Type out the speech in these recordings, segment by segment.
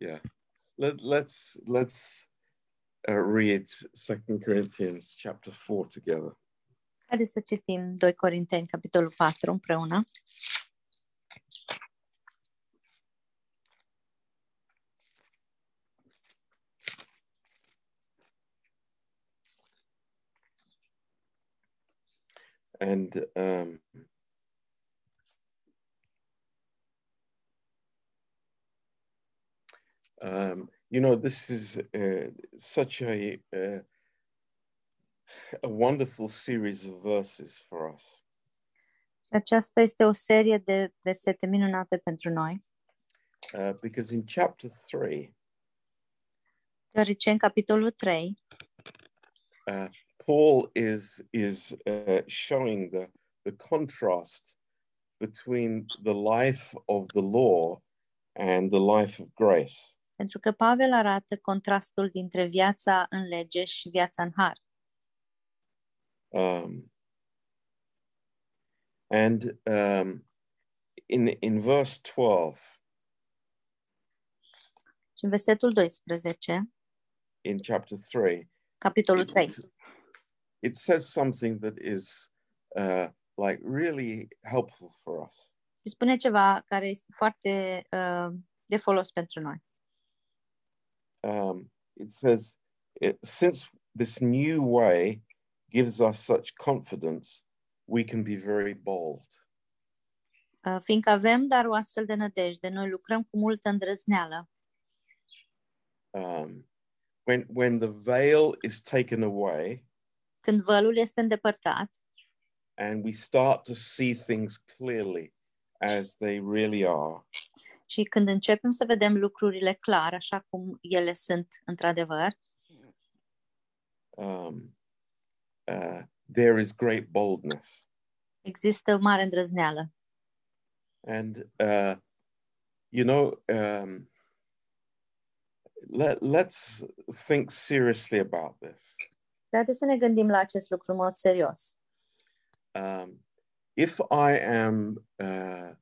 yeah. Let, let's let's uh, read Second Corinthians chapter four together. Haideți să citim 2 Corinteni, capitolul 4, împreună. and um, um, you know this is uh, such a uh, a wonderful series of verses for us Aceasta este o serie de versete minunate pentru noi, uh, because in chapter three deoarece în capitolul 3, Paul is is uh, showing the the contrast between the life of the law and the life of grace. pentru că Pavel arată contrastul dintre viața în lege și viața în har. Um, and um, in in verse twelve Și în versetul 12, in chapter three, capitolul 3, it says something that is uh, like really helpful for us. îi spune ceva care este foarte uh, de folos pentru noi. Um, it says, it, since this new way gives us such confidence, we can be very bold. Uh, fiindcă avem dar o astfel de nădejde, noi lucrăm cu multă îndrăzneală. Um, when when the veil is taken away Când vălul este îndepărtat, and we start to see things clearly as they really are, Și când începem să vedem lucrurile clar, așa cum ele sunt într-adevăr, um, uh, there is great boldness. există o mare îndrăzneală. and uh, you know um, let, let's think seriously about this Dar haideți să ne gândim la acest lucru în mod serios. um, if i am uh,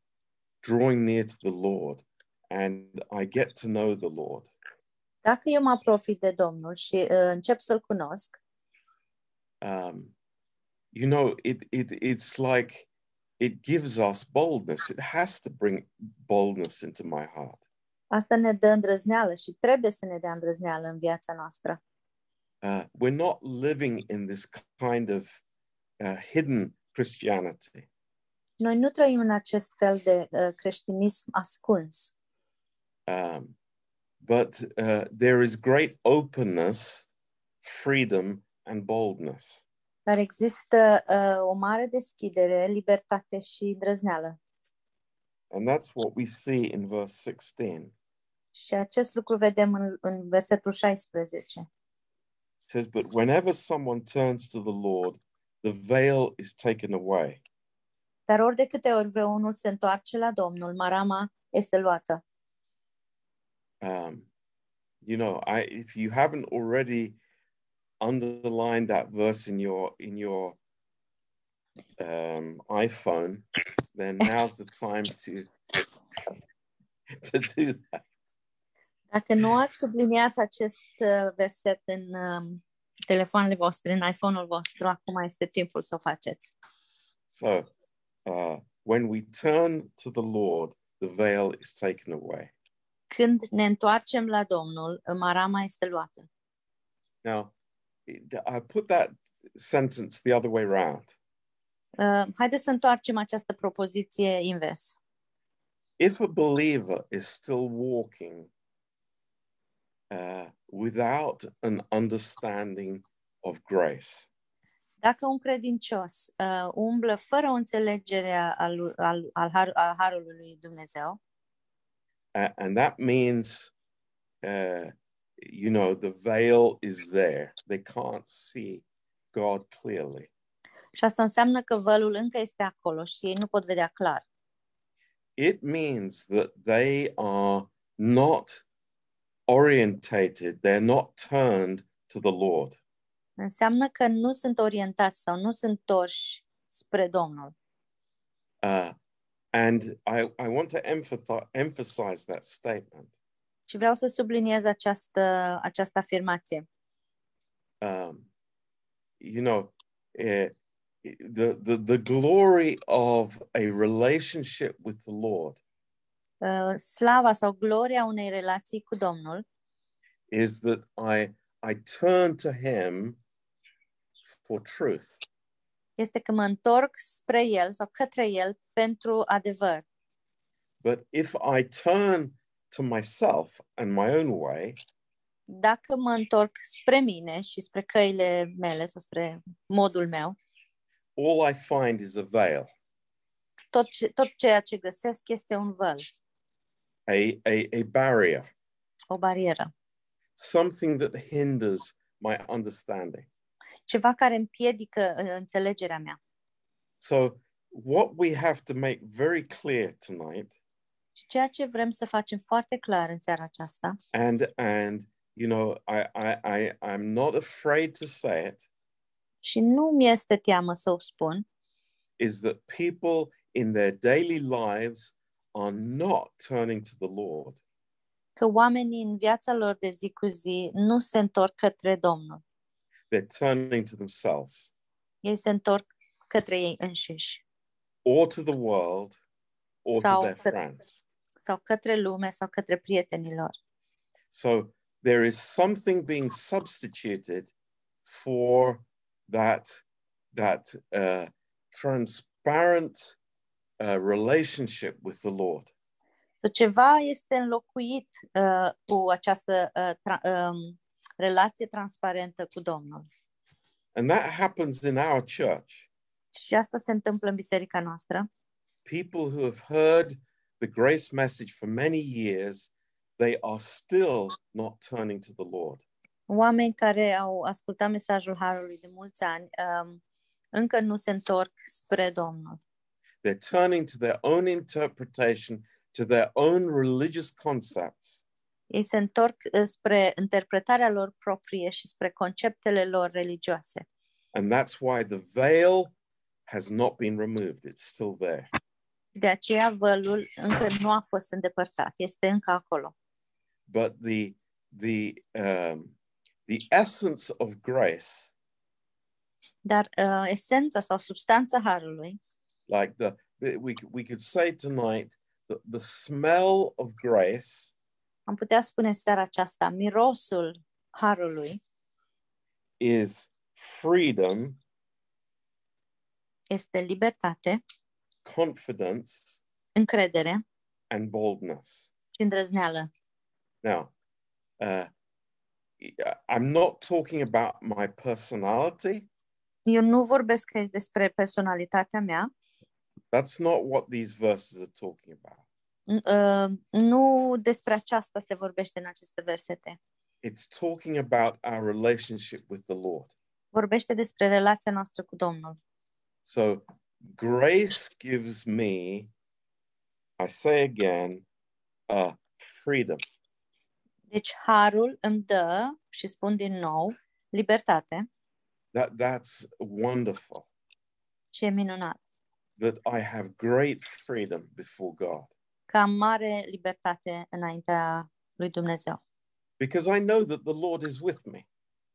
drawing near to the lord and i get to know the lord Dacă eu mă apropii de Domnul și uh, încep să-L cunosc, um, you know it, it it's like it gives us boldness it has to bring boldness into my heart asta ne dă îndrăzneală și trebuie să ne dea îndrăzneală în viața noastră. uh, we're not living in this kind of uh, hidden christianity Noi nu trăim în acest fel de uh, creștinism ascuns, Um, but uh, there is great openness, freedom, and boldness. dar există uh, o mare deschidere, libertate și îndrăzneală. And that's what we see in verse 16. Și acest lucru vedem în, în versetul 16. It says, But whenever someone turns to the Lord, the veil is taken away. Dar ori de câte ori vreunul se întoarce la Domnul, marama este luată. Um, you know, I, if you haven't already underlined that verse in your in your um, iPhone, then now's the time to to do that. Dacă nu ați subliniat acest uh, verset în um, telefoanele voastre, în iPhone-ul vostru, acum este timpul să o faceți. So, uh, when we turn to the Lord, the veil is taken away. Când ne întoarcem la Domnul, marama este luată. Now, I put that sentence the other way around. Uh, haideți să întoarcem această propoziție invers. If a believer is still walking uh, without an understanding of grace, Dacă un credincios uh, umblă fără o înțelegere al, al, al, har, al harului lui Dumnezeu, uh, and that means, uh, you know, the veil is there, they can't see God clearly. și asta înseamnă că vălul încă este acolo și ei nu pot vedea clar. it means that they are not orientated, they're not turned to the Lord. Înseamnă că nu sunt orientați sau nu sunt torși spre Domnul. Uh, and I, I want to emphasize, emphasize that statement Și vreau să subliniez această, această afirmație. Um, you know, eh, the, the, the glory of a relationship with the Lord Uh, Slava sau gloria unei relații cu Domnul is that I, I turn to Him for truth. este că mă întorc spre El sau către El pentru adevăr. But if I turn to myself and my own way, Dacă mă întorc spre mine și spre căile mele sau spre modul meu, all I find is a veil, tot, ce, tot ceea ce găsesc este un văl, a, a, a barrier, o barieră, something that hinders my understanding. ceva care împiedică uh, înțelegerea mea. So, what we have to make very clear tonight, Și ceea ce vrem să facem foarte clar în seara aceasta, and and you know, I I, I I'm not afraid to say it, și nu mi este teamă să o spun, is that people in their daily lives are not turning to the Lord. că oamenii în viața lor de zi cu zi nu se întorc către Domnul. They're turning to themselves Ei se întorc către ei înșiși or to the world or Sau to their către- friends. sau către lume sau către prietenii lor. So there is something being substituted for that that uh, transparent uh, relationship with the Lord. So, ceva este înlocuit uh, cu această uh, tra- um, relație transparentă cu Domnul. And that happens in our church. Și asta se întâmplă în biserica noastră. People who have heard the grace message for many years, they are still not turning to the Lord. Oameni care au ascultat mesajul Harului de mulți ani um, încă nu se întorc spre Domnul. They're turning to their own interpretation, to their own religious concepts, Ei se întorc uh, spre interpretarea lor proprie și spre conceptele lor religioase. And that's why the veil has not been removed. It's still there. De aceea vălul încă nu a fost îndepărtat, este încă acolo. But the the um, the essence of grace, Dar uh, esența sau substanța Harului like the, the we could- we could say tonight that the smell of grace am putea spune în seara aceasta, mirosul harului is freedom, este libertate, confidence, încredere and boldness. și îndrăzneală. Now, uh, I'm not talking about my personality. Eu nu vorbesc aici despre personalitatea mea, That's not what these verses are talking about. n- uh, nu despre aceasta se vorbește în aceste versete. It's talking about our relationship with the Lord. Vorbește despre relația noastră cu Domnul. So grace gives me, I say again, uh, freedom. Deci harul îmi dă, și spun din nou, libertate That that's wonderful. și e minunat That I have great freedom before God că am mare libertate înaintea lui Dumnezeu. because I know that the Lord is with me.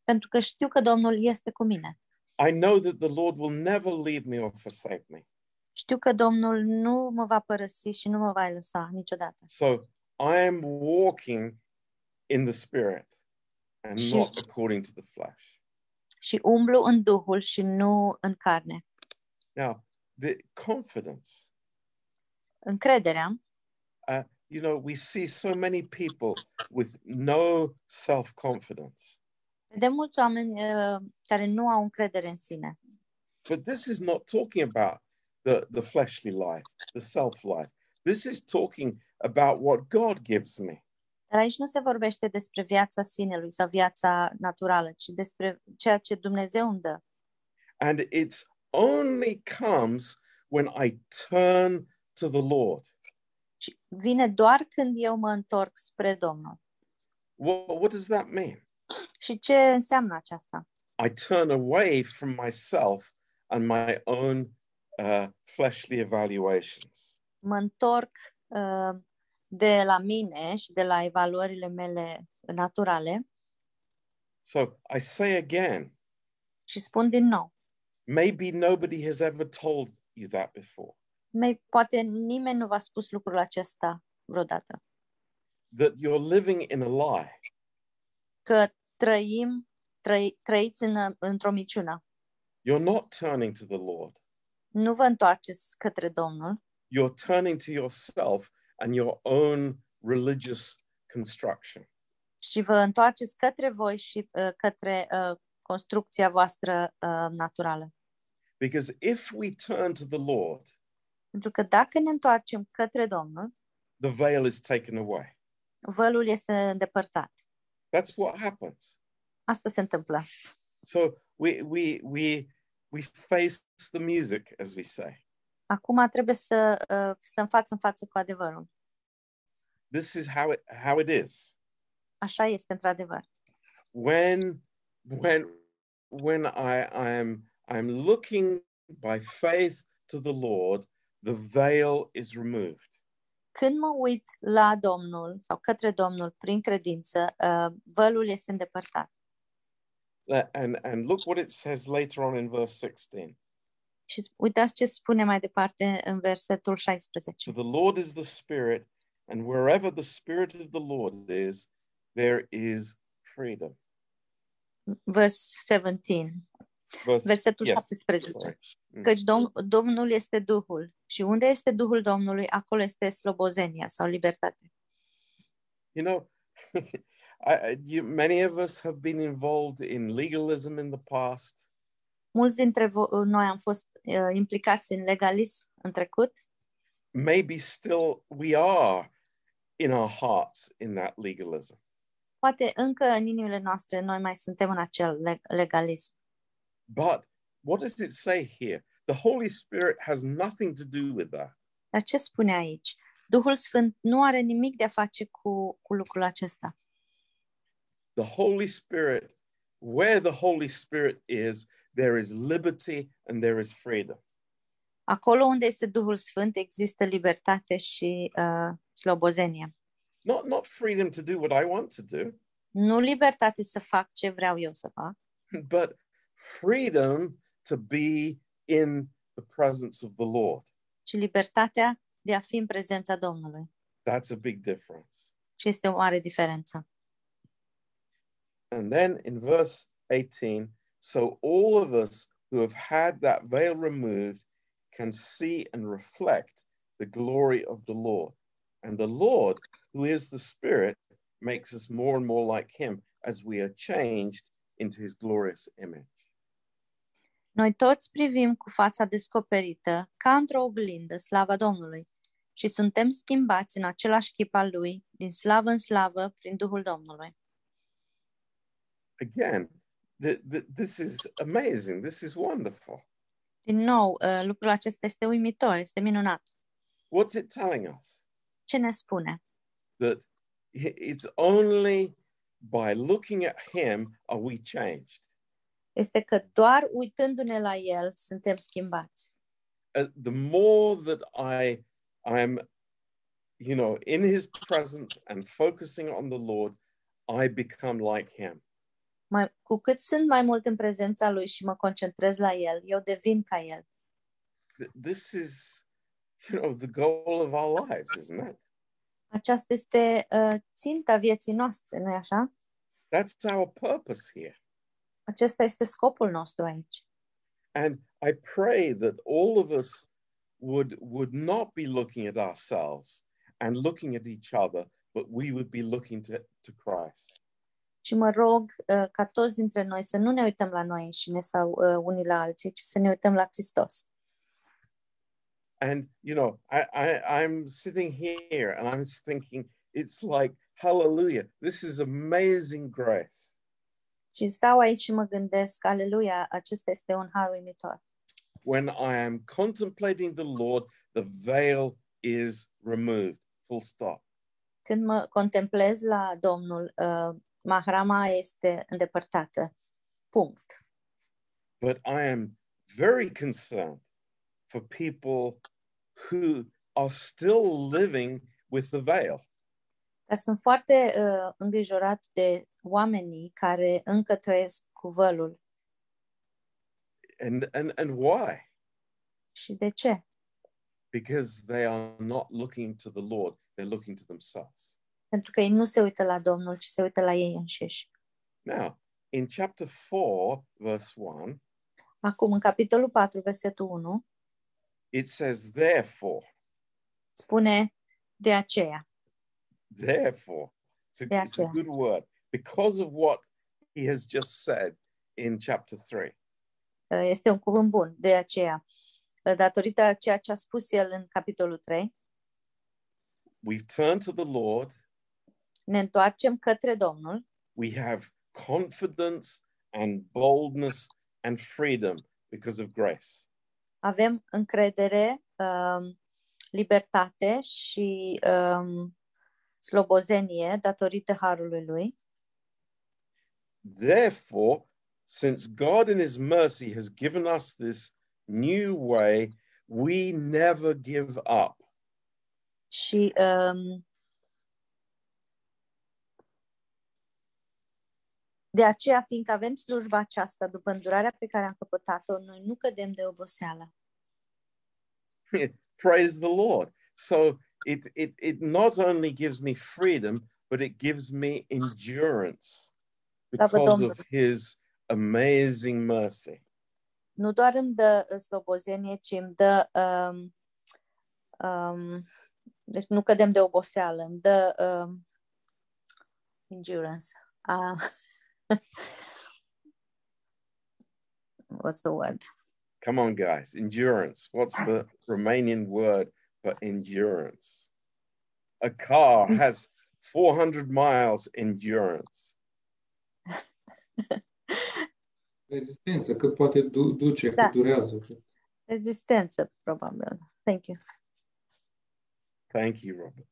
Pentru că știu că Domnul este cu mine. I know that the Lord will never leave me or forsake me. Știu că Domnul nu mă va părăsi și nu mă va lăsa niciodată. So I am walking in the Spirit and Sure. not according to the flesh. Și umblu în Duhul și nu în carne. Now, the confidence Încrederea, you know, we see so many people with no self confidence. de mulți oameni uh, care nu au încredere în sine. But this is not talking about the, the fleshly life, the self life. This is talking about what God gives me. Dar aici nu se vorbește despre viața sinelui sau viața naturală, ci despre ceea ce Dumnezeu îmi dă. And it's only comes when I turn to the Lord. Și vine doar când eu mă întorc spre Domnul. What, what does that mean? Și ce înseamnă aceasta? I turn away from myself and my own uh, fleshly evaluations. Mă întorc uh, de la mine și de la evaluările mele naturale So I say again, și spun din nou, maybe nobody has ever told you that before, mai, poate nimeni nu v-a spus lucrul acesta vreodată, that you're living in a lie. că trăim, trăi, trăiți în, într-o miciună. You're not turning to the Lord. Nu vă întoarceți către Domnul, You're turning to yourself and your own religious construction. și vă întoarceți către voi și uh, către uh, construcția voastră uh, naturală. Because if we turn to the Lord, Pentru că dacă ne întoarcem către Domnul, the veil is taken away. vălul este îndepărtat. That's what happens. Asta se întâmplă. So we we we we face the music, as we say. Acum trebuie să uh, stăm față în față cu adevărul. This is how it how it is. Așa este într-adevăr. When when when I I am I'm looking by faith to the Lord, the veil is removed. Când mă uit la Domnul sau către Domnul prin credință, uh, vălul este îndepărtat. Uh, And and look what it says later on in verse 16. Și sp- uitați ce spune mai departe în versetul To 16. the Lord is the Spirit, and wherever the Spirit of the Lord is, there is freedom. Vers 17. Verse, Versetul yes, 17. sorry. Mm. Căci Dom- Domnul este Duhul și unde este Duhul Domnului, acolo este slobozenia sau libertate. You know, I, I- you, many of us have been involved in legalism in the past, Mulți dintre vo- noi am fost uh, implicați în legalism în trecut, maybe still we are in our hearts in that legalism. poate încă în inimile noastre noi mai suntem în acel le- legalism. But what does it say here? The Holy Spirit has nothing to do with that. Dar ce spune aici? Duhul Sfânt nu are nimic de a face cu, cu lucrul acesta. The Holy Spirit, where the Holy Spirit is, there is liberty and there is freedom. Acolo unde este Duhul Sfânt există libertate și uh, slobozenie. Not, not freedom to do what I want to do, Nu libertate să fac ce vreau eu să fac, but freedom to be in the presence of the Lord. ci libertatea de a fi în prezența Domnului. That's a big difference. Și este o mare diferență. And then in verse 18, so all of us who have had that veil removed can see and reflect the glory of the Lord. And the Lord, who is the Spirit, makes us more and more like Him as we are changed into His glorious image. Noi toți privim cu fața descoperită, ca într-o oglindă, slava Domnului și suntem schimbați în același chip al Lui, din slavă în slavă, prin Duhul Domnului. Again, th- th- this is amazing. This is wonderful. Din nou, ă, lucrul acesta este uimitor, este minunat. What's it telling us? Ce ne spune? That i- it's only by looking at Him are we changed. Este că doar uitându-ne la El suntem schimbați. uh, the more that I I'm you know in his presence and focusing on the Lord, I become like him. Mai, cu cât sunt mai mult în prezența Lui și mă concentrez la El, eu devin ca El. Th- This is you know the goal of our lives, isn't it? Aceasta este uh, ținta vieții noastre, nu-i așa? That's our purpose here. Acesta este scopul nostru aici. And I pray that all of us would would not be looking at ourselves and looking at each other, but we would be looking to, to Christ. Și mă rog uh, ca toți dintre noi să nu ne uităm la noi înșine sau uh, unii la alții, ci să ne uităm la Hristos. and you know I, I i'm sitting here and i'm thinking it's like hallelujah this is amazing grace Și stau aici și mă gândesc, aleluia, acesta este un har uimitor. when i am contemplating the lord the veil is removed full stop Când mă contemplez la Domnul, uh, mahrama este îndepărtată. Punct. but i am very concerned for people who are still living with the veil. Dar sunt foarte uh, îngrijorat de oamenii care încă trăiesc cu vălul. And, and, and why? Și de ce? Because they are not looking to the Lord, they're looking to themselves. Pentru că ei nu se uită la Domnul, ci se uită la ei înșiși. Now, in chapter 4, verse 1, Acum, în capitolul 4, versetul 1, it says, Therefore, spune de aceea. therefore. It's a, Yeah, it's a yeah. good word because of what he has just said in chapter 3. Uh, Este un cuvânt bun, de aceea. Uh, Datorită a ceea ce a spus el în capitolul 3, We've turned to the Lord, ne întoarcem către Domnul we have confidence and boldness and freedom because of grace. avem încredere, um, libertate și um, slobozenie datorită harului lui. Therefore, since God in his mercy has given us this new way, we never give up. Și um, de aceea, fiindcă avem slujba aceasta după îndurarea pe care am căpătat-o, noi nu cădem de oboseală. Praise the Lord. So it, it, it not only gives me freedom, but it gives me endurance Slavă because Domnului. of his amazing mercy. Nu doar îmi dă uh, slobozenie, ci îmi dă... Um, um, deci nu cădem de oboseală, îmi dă um, endurance. Ah. What's the word? Come on, guys. Endurance. What's the Romanian word for endurance? A car has 400 miles endurance. Rezistență, cât poate du- duce, Da. cât durează. Rezistență, probabil. Thank you. Thank you, Robert.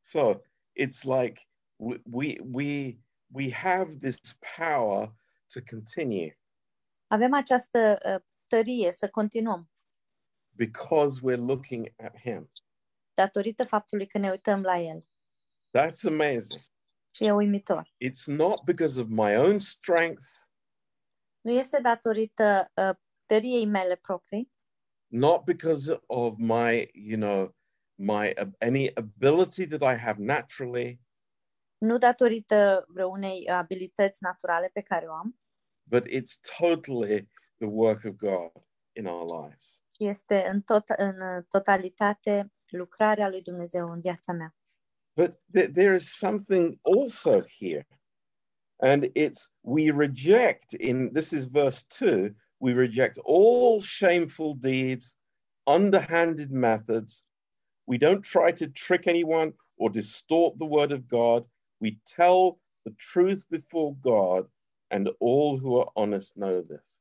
So it's like we we we, we have this power to continue avem această uh, tărie să continuăm because we're looking at Him. datorită faptului că ne uităm la el. That's amazing. Și e uimitor. It's not because of my own strength, Nu este datorită uh, tăriei mele proprii, not because of my you know my ab- any ability that I have naturally, nu datorită vreunei abilități naturale pe care o am, but it's totally the work of God in our lives. ci este în, tot, în uh, totalitate lucrarea lui Dumnezeu în viața mea. But th- there is something also here. And it's we reject in this is verse 2, we reject all shameful deeds, underhanded methods. We don't try to trick anyone or distort the word of God. We tell the truth before God, and all who are honest know this.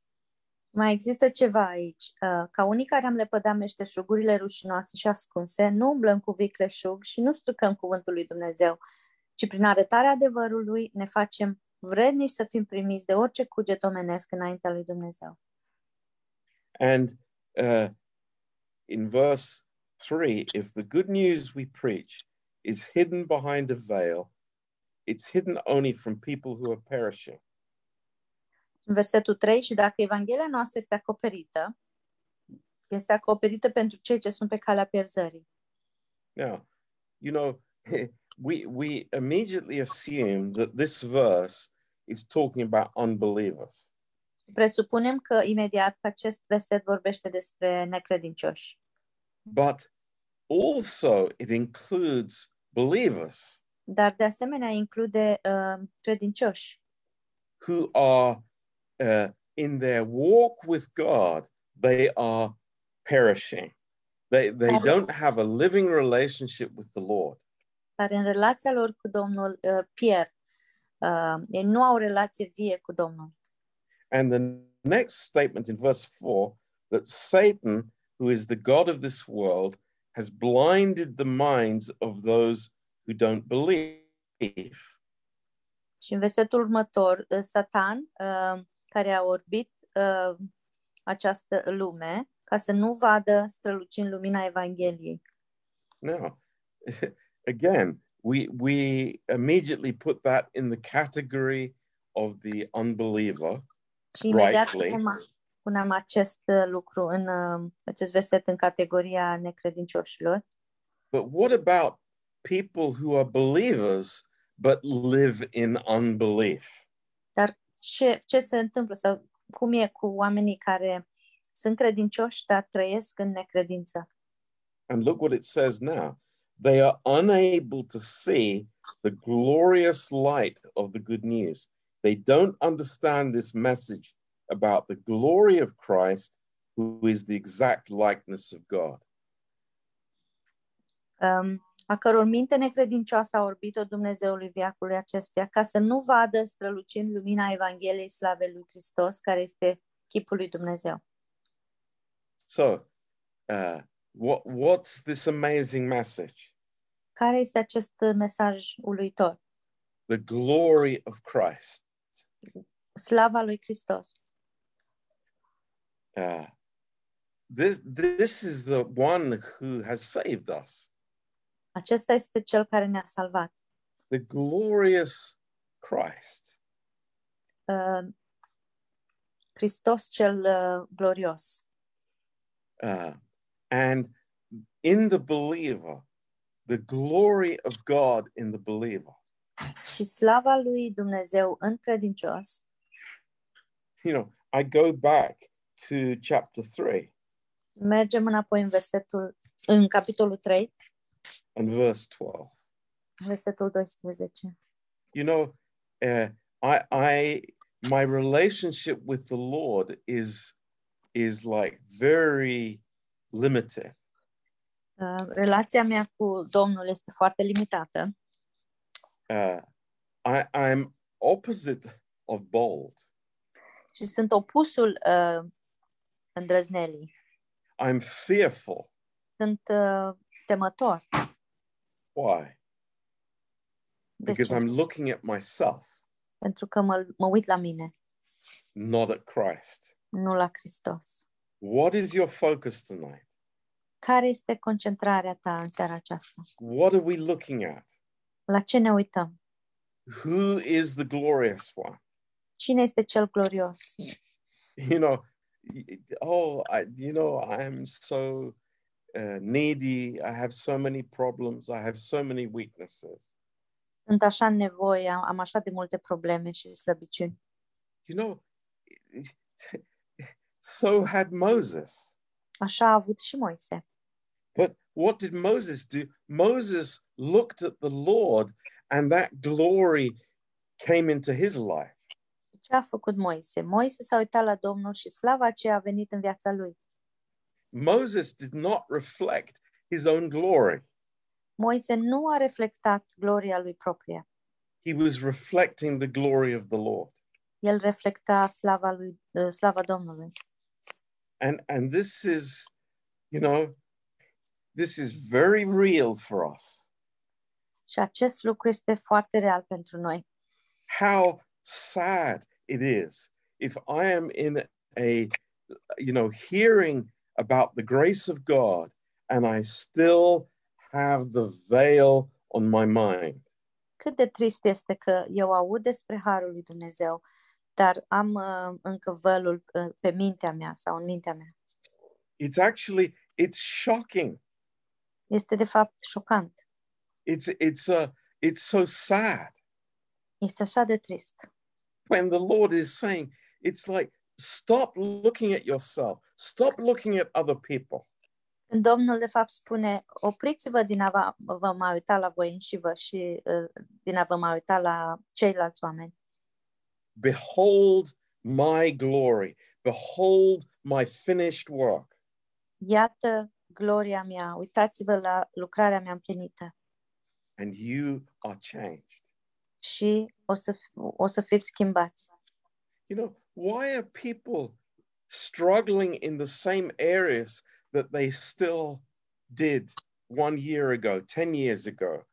Mai există ceva aici. Uh, Ca unii care am lepădat meșteșugurile rușinoase și ascunse, nu umblăm cu vicleșug și nu stricăm cuvântul lui Dumnezeu, ci prin arătarea adevărului ne facem vrednici să fim primiți de orice cuget omenesc înaintea lui Dumnezeu. And uh, in verse three, if the good news we preach is hidden behind a veil, it's hidden only from people who are perishing. În versetul 3, și dacă Evanghelia noastră este acoperită, este acoperită pentru cei ce sunt pe calea pierzării. Now, you know, we we immediately assume that this verse is talking about unbelievers. Presupunem că imediat că acest verset vorbește despre necredincioși. But also it includes believers Dar de asemenea include uh, credincioși who are uh, in their walk with God, they are perishing. They, they don't have a living relationship with the Lord. care în relația lor cu Domnul uh, pierd. Uh, ei nu au relație vie cu Domnul. And the next statement in verse 4 that Satan, who is the God of this world, has blinded the minds of those who don't believe. Și în versetul următor, uh, Satan, uh, care a orbit uh, această lume, ca să nu vadă strălucind lumina Evangheliei. Now, again, we, we immediately put that in the category of the unbeliever. Și imediat Rightly. punem, a- punem acest uh, lucru în uh, acest verset în categoria necredincioșilor. But what about people who are believers but live in unbelief? Ce, ce se întâmplă sau cum e cu oamenii care sunt credincioși, dar trăiesc în necredință? And look what it says now. They are unable to see the glorious light of the good news. They don't understand this message about the glory of Christ, who is the exact likeness of God. um, a căror minte necredincioasă a orbit-o Dumnezeului viacului acestuia, ca să nu vadă strălucind lumina Evangheliei Slavei lui Hristos, care este chipul lui Dumnezeu. So, uh, what, what's this amazing message? Care este acest uh, mesaj uluitor? The glory of Christ. Slava lui Hristos. Uh, this, this is the one who has saved us. Acesta este cel care ne-a salvat. The glorious Christ. Uh, Hristos cel uh, glorios. Uh, and in the believer, the glory of God in the believer. Și slava lui Dumnezeu în credincios. You know, I go back to chapter three Mergem înapoi în versetul, în capitolul 3, and verse 12. versetul 12. You know, uh, I, I, my relationship with the Lord is, is like very limited. Uh, relația mea cu Domnul este foarte limitată. Uh, I, I'm opposite of bold. și sunt opusul uh, îndrăznelii. I'm fearful. Sunt uh, temător. Why? De Because ce? I'm looking at myself, Pentru că mă, mă uit la mine, not at Christ. nu la Hristos. What is your focus tonight? Care este concentrarea ta în seara aceasta? What are we looking at? La ce ne uităm? Who is the glorious one? Cine este cel glorios? You know, y- oh, I, you know, I am so uh, needy. I have so many problems. I have so many weaknesses. Sunt așa în nevoie, am, am așa de multe probleme și slăbiciuni. You know, so had Moses. Așa a avut și Moise. But what did Moses do? Moses looked at the Lord, and that glory came into his life. Ce a făcut Moise? Moise s-a uitat la Domnul și slava aceea a venit în viața lui. Moses did not reflect his own glory. Moise nu a reflectat gloria lui proprie. He was reflecting the glory of the Lord. El reflecta slava, lui, uh, slava Domnului. And and this is, you know, this is very real for us. Și acest lucru este foarte real pentru noi. How sad it is if I am in a you know, hearing about the grace of God and I still have the veil on my mind. Cât de trist este că eu aud despre harul lui Dumnezeu, dar am uh, încă vălul uh, pe mintea mea sau în mintea mea. It's actually it's shocking. Este de fapt șocant. It's it's a it's so sad. Este așa de trist. when the Lord is saying, it's like, stop looking at yourself, stop looking at other people, Când Domnul de fapt spune, opriți-vă din a va- vă mai uita la voi înși vă și uh, din a vă mai uita la ceilalți oameni. behold my glory, behold my finished work. Iată gloria mea, uitați-vă la lucrarea mea împlinită And you are changed. și o să, o să fiți schimbați. You know, why are people struggling in the same areas that they still did one year ago, 10 years ago,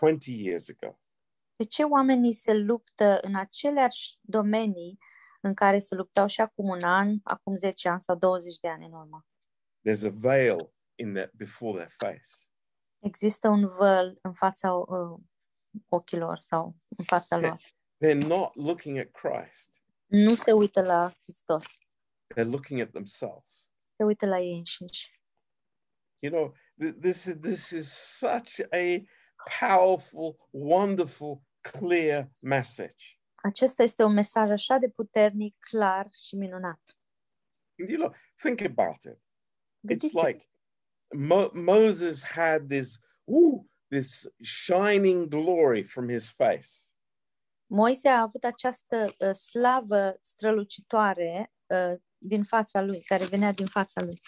20 years ago? De ce oamenii se luptă în aceleași domenii în care se luptau și acum un an, acum 10 ani sau 20 de ani în urmă? There's a veil in their, before their face. Există un văl în fața uh, ochilor sau în fața lor. They're not looking at Christ, Nu se uită la Hristos, they're looking at themselves. se uită la ei înșiși. You know, th- this, is- this is such a powerful, wonderful, clear message. Acesta este un mesaj așa de puternic, clar și minunat. And you know, think about it. It's Gândiți-vă, like Mo- Moses had this, ooh, this shining glory from his face. Moise a avut această uh, slavă strălucitoare uh, din fața lui, care venea din fața lui.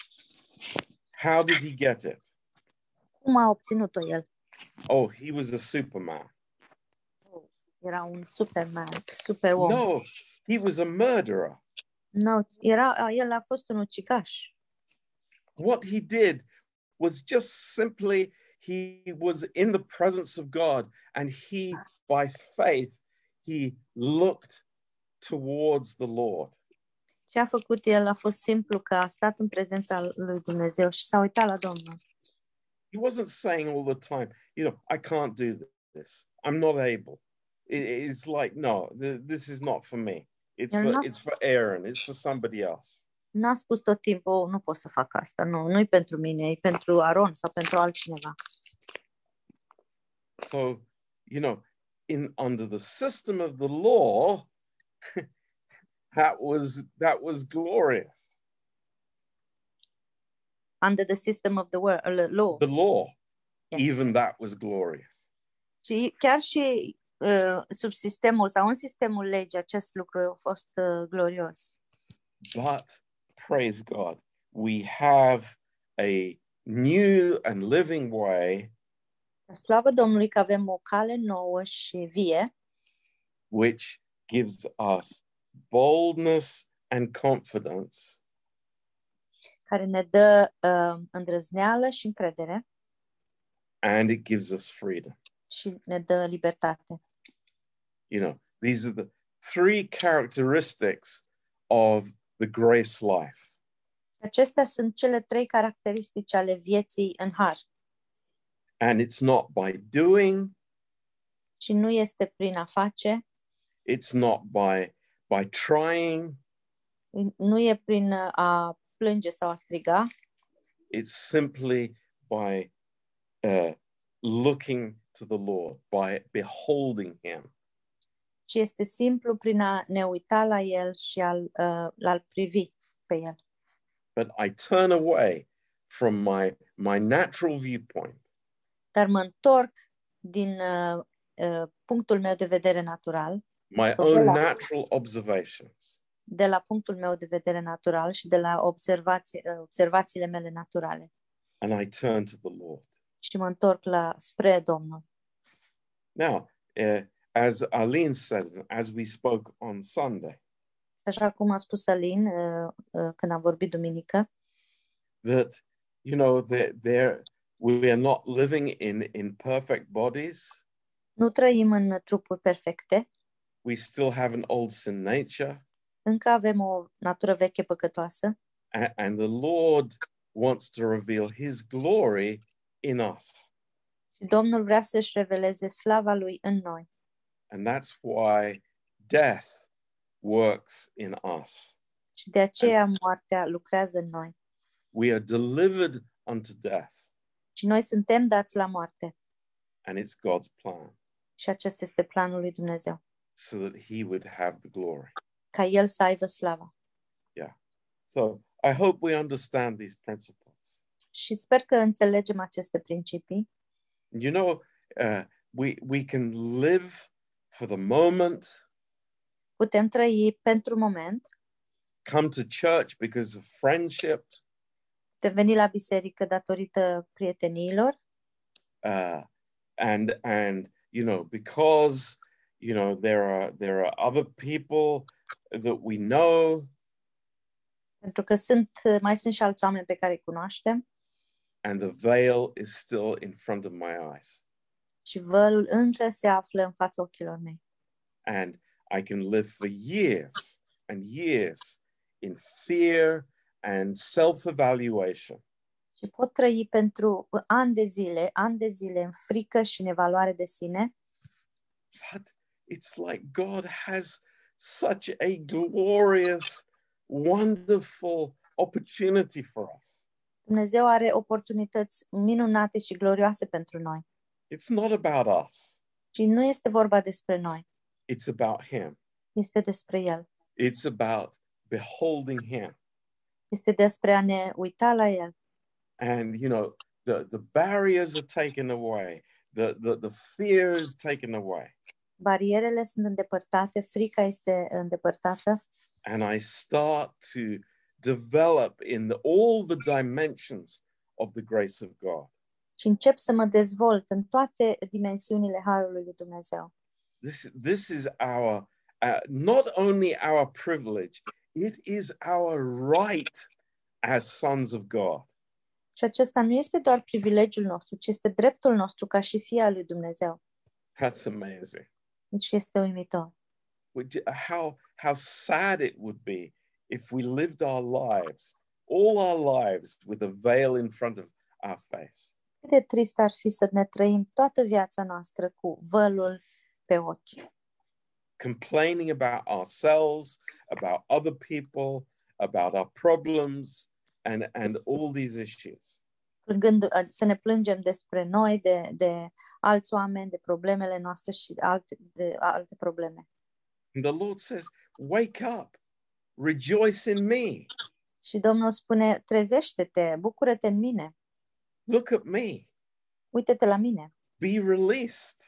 How did he get it? Cum a obținut-o el? Oh, he was a superman. Era un superman, superom. No. No, he was a murderer. No, era, el a fost un ucigaș. What he did was just simply he was in the presence of God and he, by faith, he looked towards the Lord. Ce a făcut el a fost simplu că a stat în prezența lui Dumnezeu și s-a uitat la Domnul. He wasn't saying all the time, you know, I can't do this. I'm not able. It- it's like, no, th- this is not for me. It's You're for, not- it's for Aaron. It's for somebody else. N-a spus tot timpul, "Oh, nu pot să fac asta, nu, nu-i pentru mine, e pentru Aron sau pentru altcineva. So, you know, in under the system of the law, that was that was glorious. Under the system of the world, law. The law, Yes. even that was glorious. Și chiar și uh, sub sistemul sau în sistemul legii acest lucru a fost uh, glorios. But praise God, we have a new and living way Slavă Domnului că avem o cale nouă și vie which gives us boldness and confidence care ne dă uh, îndrăzneală și încredere and it gives us freedom. și ne dă libertate. You know, these are the three characteristics of the grace life. Acestea sunt cele trei caracteristici ale vieții în har And it's not by doing, și nu este prin a face, it's not by by trying, nu e prin uh, a plânge sau a striga, it's simply by uh, looking to the Lord, by beholding him. ci este simplu prin a ne uita la el și a-l, uh, l-a privi pe el. But I turn away from my my natural viewpoint dar mă întorc din uh, uh, punctul meu de vedere natural, my So own relax. natural observations de la punctul meu de vedere natural și de la observații, uh, observațiile mele naturale and I turn to the Lord. și mă întorc la spre Domnul. Now, uh, as Arlene said, and as we spoke on Sunday, Așa cum a spus Alin uh, uh, când am vorbit duminică, that you know that there we are not living in in perfect bodies. nu trăim în uh, trupuri perfecte, We still have an old sin nature, încă avem o natură veche păcătoasă and, and the Lord wants to reveal His glory in us, și Domnul vrea să-și reveleze slava Lui în noi. and that's why death works in us. Și de aceea moartea lucrează în noi. We are delivered unto death, Și noi suntem dați la moarte. and it's God's plan. Și acesta este planul lui Dumnezeu. so that he would have the glory. ca el să aibă slava. So I hope we understand these principles. Și sper că înțelegem aceste principii You know, uh, we we can live for the moment, putem trăi pentru moment, come to church because of friendship, putem veni la biserică datorită prieteniilor uh, and and you know because you know there are there are other people that we know, pentru că sunt, mai sunt și alți oameni pe care îi cunoaștem and the veil is still in front of my eyes, și vălul încă se află în fața ochilor mei. and I can live for years and years in fear and self-evaluation. Și și pot trăi pentru ani de zile, ani de zile în frică și în evaluare de sine, But it's like God has such a glorious, wonderful opportunity for us. Dumnezeu are oportunități minunate și glorioase pentru noi. It's not about us, Și nu este vorba despre noi, it's about Him. este despre El. It's about beholding Him. Este despre a ne uita la El. And, you know, the, the barriers are taken away, the, the, the fear is taken away. Barierele sunt îndepărtate, frica este îndepărtată and I start to develop in the, all the dimensions of the grace of God. și încep să mă dezvolt în toate dimensiunile Harului lui Dumnezeu. This, this is our, uh, not only our privilege, it is our right as sons of God. Și acesta nu este doar privilegiul nostru, ci este dreptul nostru ca și fii al lui Dumnezeu. That's amazing. Deci este uimitor. Would you- How, how sad it would be if we lived our lives, all our lives, with a veil in front of our face. Cât de trist ar fi să ne trăim toată viața noastră cu vălul pe ochi, complaining about ourselves, about other people, about our problems, and, and all these issues. plângând, uh, să ne plângem despre noi, de, de alți oameni, de problemele noastre și alte, de alte probleme. And the Lord says, Wake up, rejoice in me, Și Domnul spune, trezește-te, bucură-te în mine, look at me, uite-te la mine, uh, be released,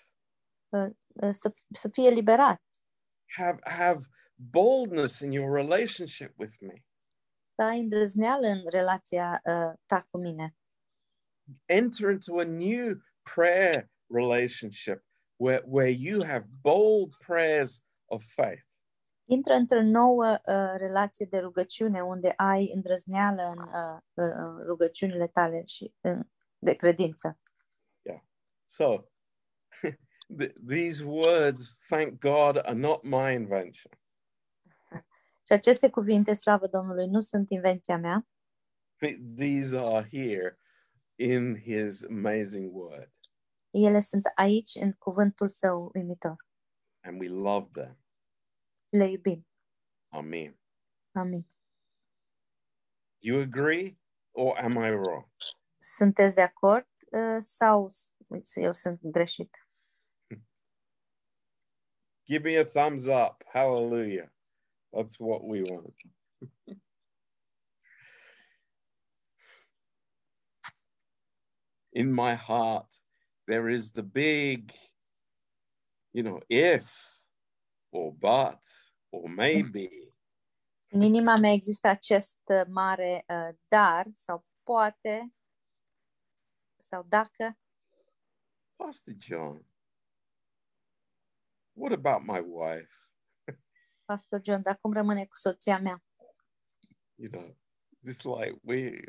să, să fii eliberat, have, have boldness in your relationship with me, să ai îndrăzneală în relația uh, ta cu mine. enter into a new prayer relationship where, where you have bold prayers of faith. Intră într-o nouă uh, relație de rugăciune unde ai îndrăzneală în uh, uh, rugăciunile tale și în, de credință. So, th- these words, thank God, are not my invention. Și aceste cuvinte, slavă Domnului, nu sunt invenția mea, Th- These are here in His amazing word, ele sunt aici în cuvântul său uimitor. and we love them. Le iubim. Amen. Amin. Do you agree, or am I wrong? Sunteți de acord uh, sau s- eu sunt greșit? Give me a thumbs up. Hallelujah. That's what we want. In my heart, there is the big, you know, if or but or maybe. În inima mea există acest uh, mare uh, dar sau poate sau dacă Pastor John, what about my wife? Pastor John, dar cum rămâne cu soția mea? You know, it's like we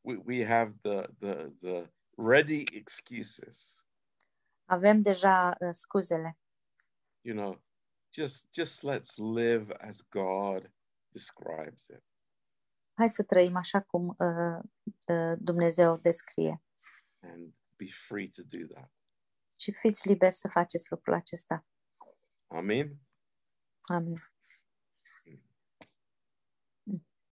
we, we have the the the ready excuses. Avem deja uh, scuzele. you know just just let's live as god describes it Hai să trăim așa cum uh, uh, Dumnezeu descrie and be free to do that și fiți liberi să faceți lucrul acesta. amen Amin.